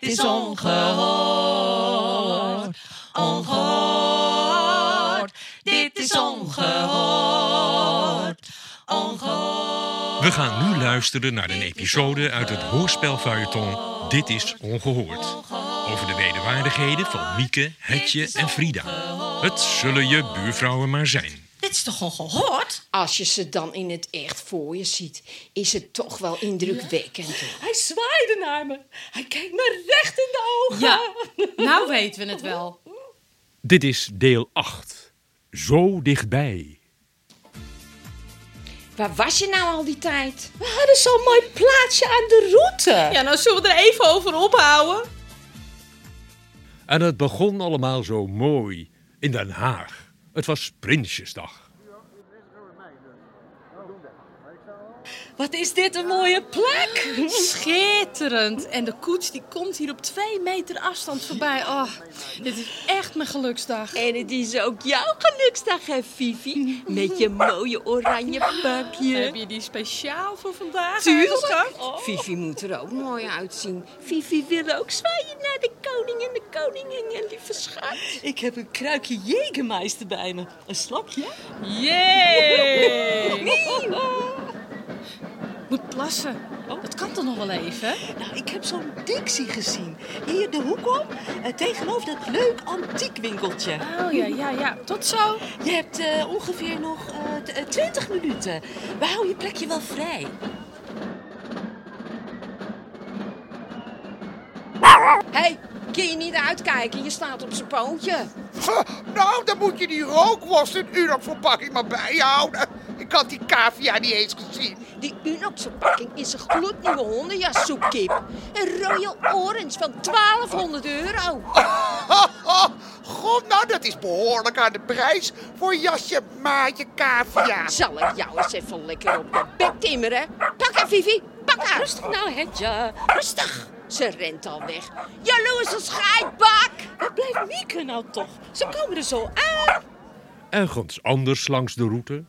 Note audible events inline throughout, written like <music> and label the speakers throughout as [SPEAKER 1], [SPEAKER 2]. [SPEAKER 1] is ongehoord. Ongehoord. Dit is ongehoord. Ongehoord.
[SPEAKER 2] We gaan nu luisteren naar een episode uit het hoorspelfeuilleton Dit is Ongehoord. Over de wederwaardigheden van Mieke, Hetje en Frida. Het zullen je buurvrouwen maar zijn.
[SPEAKER 1] Dit is toch ongehoord?
[SPEAKER 3] Als je ze dan in het echt voor je ziet, is het toch wel indrukwekkend. hoor.
[SPEAKER 4] Hij zwaaide naar me. Hij kijkt me recht in de ogen.
[SPEAKER 5] Ja, nou weten we het wel.
[SPEAKER 6] Dit is deel 8. Zo dichtbij.
[SPEAKER 3] Waar was je nou al die tijd?
[SPEAKER 4] We hadden zo'n mooi plaatsje aan de route.
[SPEAKER 5] Ja, nou zullen we er even over ophouden.
[SPEAKER 6] En het begon allemaal zo mooi in Den Haag. Het was Prinsjesdag.
[SPEAKER 4] Wat is dit een mooie plek.
[SPEAKER 5] Schitterend. En de koets die komt hier op twee meter afstand voorbij. Oh, dit is echt mijn geluksdag.
[SPEAKER 1] En het is ook jouw geluksdag, hè, Fifi? Met je mooie oranje
[SPEAKER 5] Heb
[SPEAKER 1] pakje.
[SPEAKER 5] je die speciaal voor vandaag?
[SPEAKER 1] Tuurlijk.
[SPEAKER 5] eigenlijk? Oh.
[SPEAKER 3] Fifi moet er ook mooi uitzien.
[SPEAKER 1] Fifi wil ook zwaaien naar de koning en de koningin, lieve schat.
[SPEAKER 4] Ik heb een kruikje Jägermeister bij me. Een slokje?
[SPEAKER 5] Jee! Moet plassen.
[SPEAKER 3] Oh.
[SPEAKER 5] Dat kan toch nog wel even?
[SPEAKER 4] Nou, ik heb zo'n Dixie gezien. Hier de hoek om, eh, tegenover dat leuk antiekwinkeltje.
[SPEAKER 5] Oh ja, ja, ja. Tot zo.
[SPEAKER 4] Je hebt eh, ongeveer nog eh, t- eh, 20 minuten. We houden je plekje wel vrij.
[SPEAKER 3] Hé, hey, kun je niet uitkijken? Je staat op zijn pootje.
[SPEAKER 7] Nou, dan moet je die rookworst in Unop-verpakking maar bijhouden. Ik had die cavia niet eens gezien.
[SPEAKER 3] Die Unox-verpakking is een gloednieuwe hondenjassoepkip. Een Royal Orange van 1200 euro.
[SPEAKER 7] God, nou, dat is behoorlijk aan de prijs voor jasje maatje cavia.
[SPEAKER 3] Zal ik jou eens even lekker op de bek timmeren? Pak haar, Vivi. Pak haar. Rustig nou, Hetje. Rustig. Ze rent al weg. Jaloerse scheidbak.
[SPEAKER 4] Waar blijft Mieke nou toch? Ze komen er zo aan.
[SPEAKER 6] Ergens anders langs de route.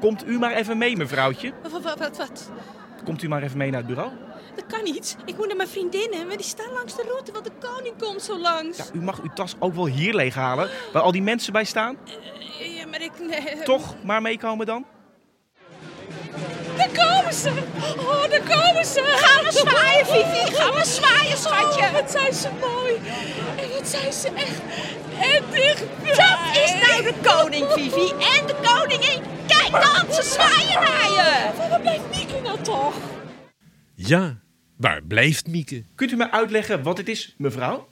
[SPEAKER 8] Komt u maar even mee, mevrouwtje.
[SPEAKER 5] Wat, wat, wat, wat?
[SPEAKER 8] Komt u maar even mee naar het bureau.
[SPEAKER 5] Dat kan niet. Ik moet naar mijn vriendinnen, maar die staan langs de route, want de koning komt zo langs.
[SPEAKER 8] Ja, u mag uw tas ook wel hier leeghalen, waar al die mensen bij staan.
[SPEAKER 5] Ja, maar ik... nee.
[SPEAKER 8] Toch maar meekomen dan.
[SPEAKER 5] Daar komen ze! Oh, daar komen ze! Ga maar zwaaien, Vivi! Ga maar zwaaien, schatje! wat zijn ze mooi! En wat zijn ze echt... En dichtbij! Dat is nou de koning, Vivi! En de koningin! Kijk dan, ze zwaaien naar je! Waar blijft Mieke nou toch?
[SPEAKER 6] Ja, waar blijft Mieke?
[SPEAKER 8] Kunt u mij uitleggen wat het is, mevrouw?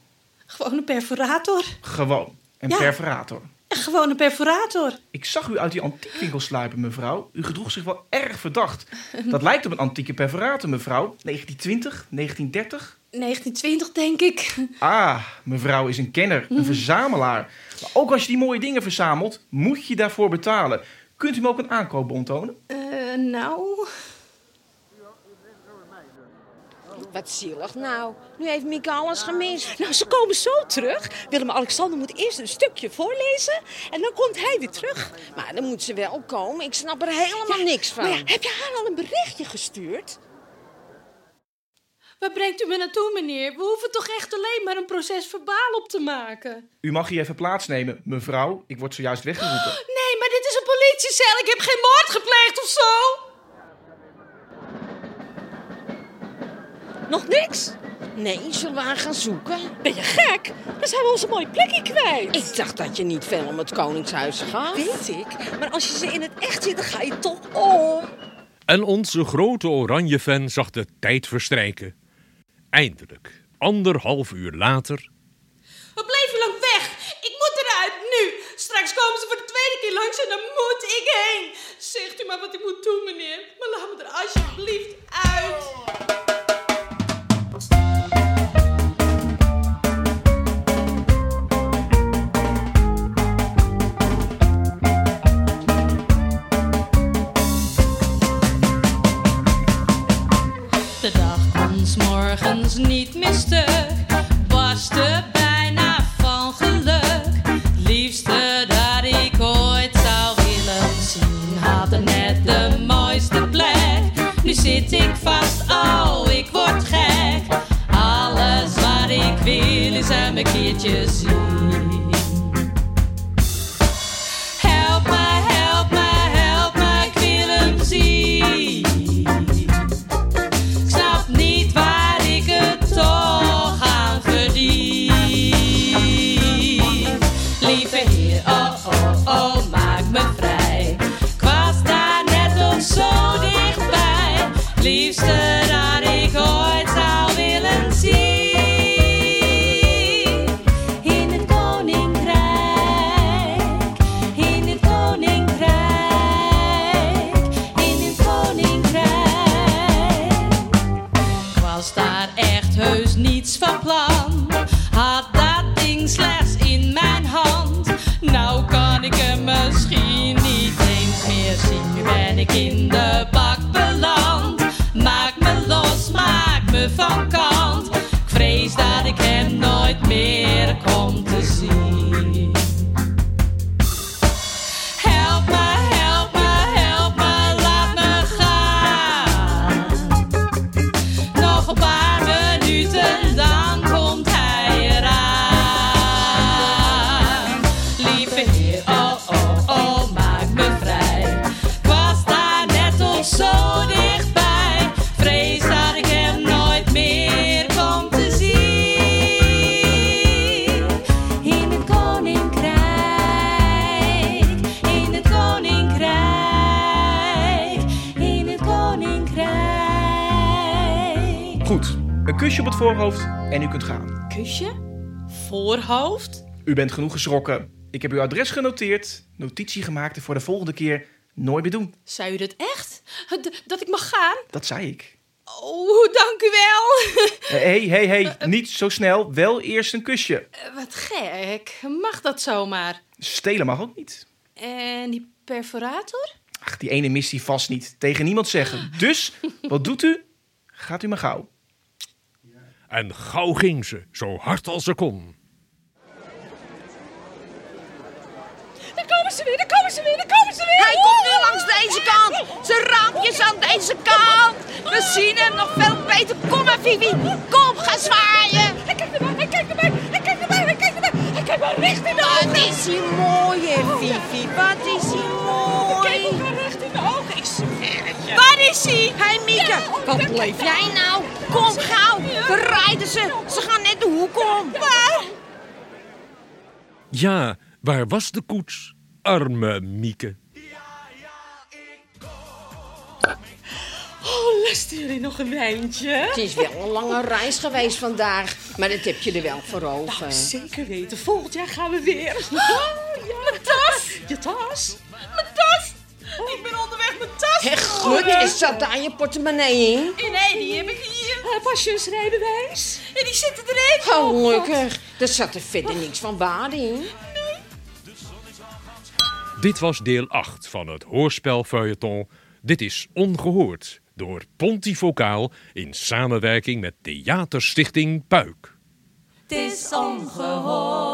[SPEAKER 9] Gewoon een perforator.
[SPEAKER 8] Gewoon. Een
[SPEAKER 9] Ja.
[SPEAKER 8] perforator.
[SPEAKER 9] Een gewone perforator.
[SPEAKER 8] Ik zag u uit die antiekwinkel sluipen, mevrouw. U gedroeg zich wel erg verdacht. Dat lijkt op een antieke perforator, mevrouw. 1920, 1930.
[SPEAKER 9] 1920, denk ik.
[SPEAKER 8] Ah, mevrouw is een kenner, een verzamelaar. Maar ook als je die mooie dingen verzamelt, moet je daarvoor betalen. Kunt u me ook een aankoopbon tonen?
[SPEAKER 9] Eh, nou.
[SPEAKER 3] Wat zielig nou. Nu heeft Mieke alles gemist.
[SPEAKER 4] Nou, ze komen zo terug. Willem-Alexander moet eerst een stukje voorlezen. En dan komt hij weer terug.
[SPEAKER 3] Maar dan moet ze wel komen. Ik snap er helemaal niks van.
[SPEAKER 4] Maar ja, heb je haar al een berichtje gestuurd?
[SPEAKER 9] Waar brengt u me naartoe, meneer? We hoeven toch echt alleen maar een proces verbaal op te maken?
[SPEAKER 8] U mag hier even plaatsnemen, mevrouw. Ik word zojuist weggeroepen.
[SPEAKER 9] Nee, maar dit is een politiecel. Ik heb geen moord gepleegd of zo.
[SPEAKER 4] Nog niks?
[SPEAKER 3] Nee, zullen we haar gaan zoeken?
[SPEAKER 4] Ben je gek? Dan zijn we onze mooie plekje kwijt.
[SPEAKER 3] Ik dacht dat je niet veel om het Koningshuis gaf.
[SPEAKER 4] Weet ik. Maar als je ze in het echt ziet, dan ga je toch om.
[SPEAKER 6] En onze grote oranje fan zag de tijd verstrijken. Eindelijk, anderhalf uur later,
[SPEAKER 5] Wat bleef je lang weg? Ik moet eruit, nu! Straks komen ze voor de tweede keer langs en dan moet ik heen! Zegt u maar wat ik moet doen, meneer. Maar laat me er alsjeblieft uit!
[SPEAKER 1] De dag kon 's morgens niet meer stuk. Barstte bijna van geluk. Het liefste dat ik ooit zou willen zien. Had het net de mooiste plek. Nu zit ik vast, oh, ik word gek. Alle je zien. Help me, help me, help me, ik wil hem zien. Ik snap niet waar ik het toch aan verdien. Lieve Heer, oh, oh, oh, maak me vrij. Kwaad staat net nog zo dichtbij. Liefste dat ik ooit zou willen zien. In het koninkrijk, in het koninkrijk, in het koninkrijk. Ik was daar echt heus niets van plan. Had dat ding slechts in mijn hand. Nou kan ik hem misschien niet eens meer zien. Nu ben ik in de bak beland. Maak me los, maak me van kant. Ik vrees dat ik hem nooit meer kom te zien. Help me, help me, help me, laat me gaan. Nog een paar minuten, dan komt hij eraan. Lieve heer, oh oh oh, maak me vrij. Ik was daar net nog zo dichtbij. Vrees dat ik hem nooit meer kom te zien. In het koninkrijk, in het koninkrijk, in het koninkrijk.
[SPEAKER 8] Goed, een kusje op het voorhoofd en u kunt gaan.
[SPEAKER 9] Kusje? Voorhoofd?
[SPEAKER 8] U bent genoeg geschrokken. Ik heb uw adres genoteerd, notitie gemaakt en voor de volgende keer nooit meer doen.
[SPEAKER 9] Zei u dat echt? D- dat ik mag gaan?
[SPEAKER 8] Dat zei ik. Eh,
[SPEAKER 9] Oh, dank u wel. <laughs>
[SPEAKER 8] Hé, hé, hé, niet zo snel. Wel eerst een kusje.
[SPEAKER 9] Eh, Wat gek. Mag dat zomaar?
[SPEAKER 8] Stelen mag ook niet.
[SPEAKER 9] En die perforator?
[SPEAKER 8] Ach, die ene mist die vast niet. Tegen niemand zeggen. Dus, wat doet u? Gaat u maar gauw.
[SPEAKER 6] En gauw ging ze, zo hard als ze kon.
[SPEAKER 5] Daar komen ze weer, daar komen ze weer, daar komen ze weer.
[SPEAKER 3] Hij komt nu langs deze kant. Zijn raampjes aan deze kant. We zien hem nog veel beter. Kom maar, Vivi. Kom, ga zwaaien.
[SPEAKER 5] Hij kijkt erbij, hij kijkt erbij, hij kijkt erbij, hij kijkt erbij. Hij kijkt maar recht in de
[SPEAKER 3] Wat
[SPEAKER 5] ogen. Oh,
[SPEAKER 3] is hij mooi, hè, Vivi. Wat is hij
[SPEAKER 5] Kijk
[SPEAKER 3] mooi.
[SPEAKER 5] elkaar recht in de ogen. Ik zweer het je.
[SPEAKER 3] Waar is hij? Hé, Mieke. Wat bleef jij nou? Kom gauw. We rijden ze. Ze gaan net de hoek om. Waar?
[SPEAKER 6] Ja, waar was de koets? Arme Mieke.
[SPEAKER 9] Oh, lusten jullie nog een wijntje?
[SPEAKER 3] Het is wel een lange reis geweest vandaag. Maar dat heb je er wel voor over.
[SPEAKER 5] Nou,
[SPEAKER 9] Zeker weten. Volgend jaar gaan we weer. Oh, ja. Mijn tas. Je tas? Mijn tas. Ik ben onderweg mijn tas.
[SPEAKER 3] Hé, gut. Is dat daar je portemonnee in?
[SPEAKER 9] Nee, die heb ik hier. Pas je eens rijbewijs? En die zitten erin.
[SPEAKER 3] Oh, Gelukkig. Er zat er verder niks van waarde in.
[SPEAKER 6] Dit was deel 8 van het hoorspel feuilleton Dit is Ongehoord door Pontifocaal in samenwerking met Theaterstichting Puik.
[SPEAKER 1] Het is ongehoord.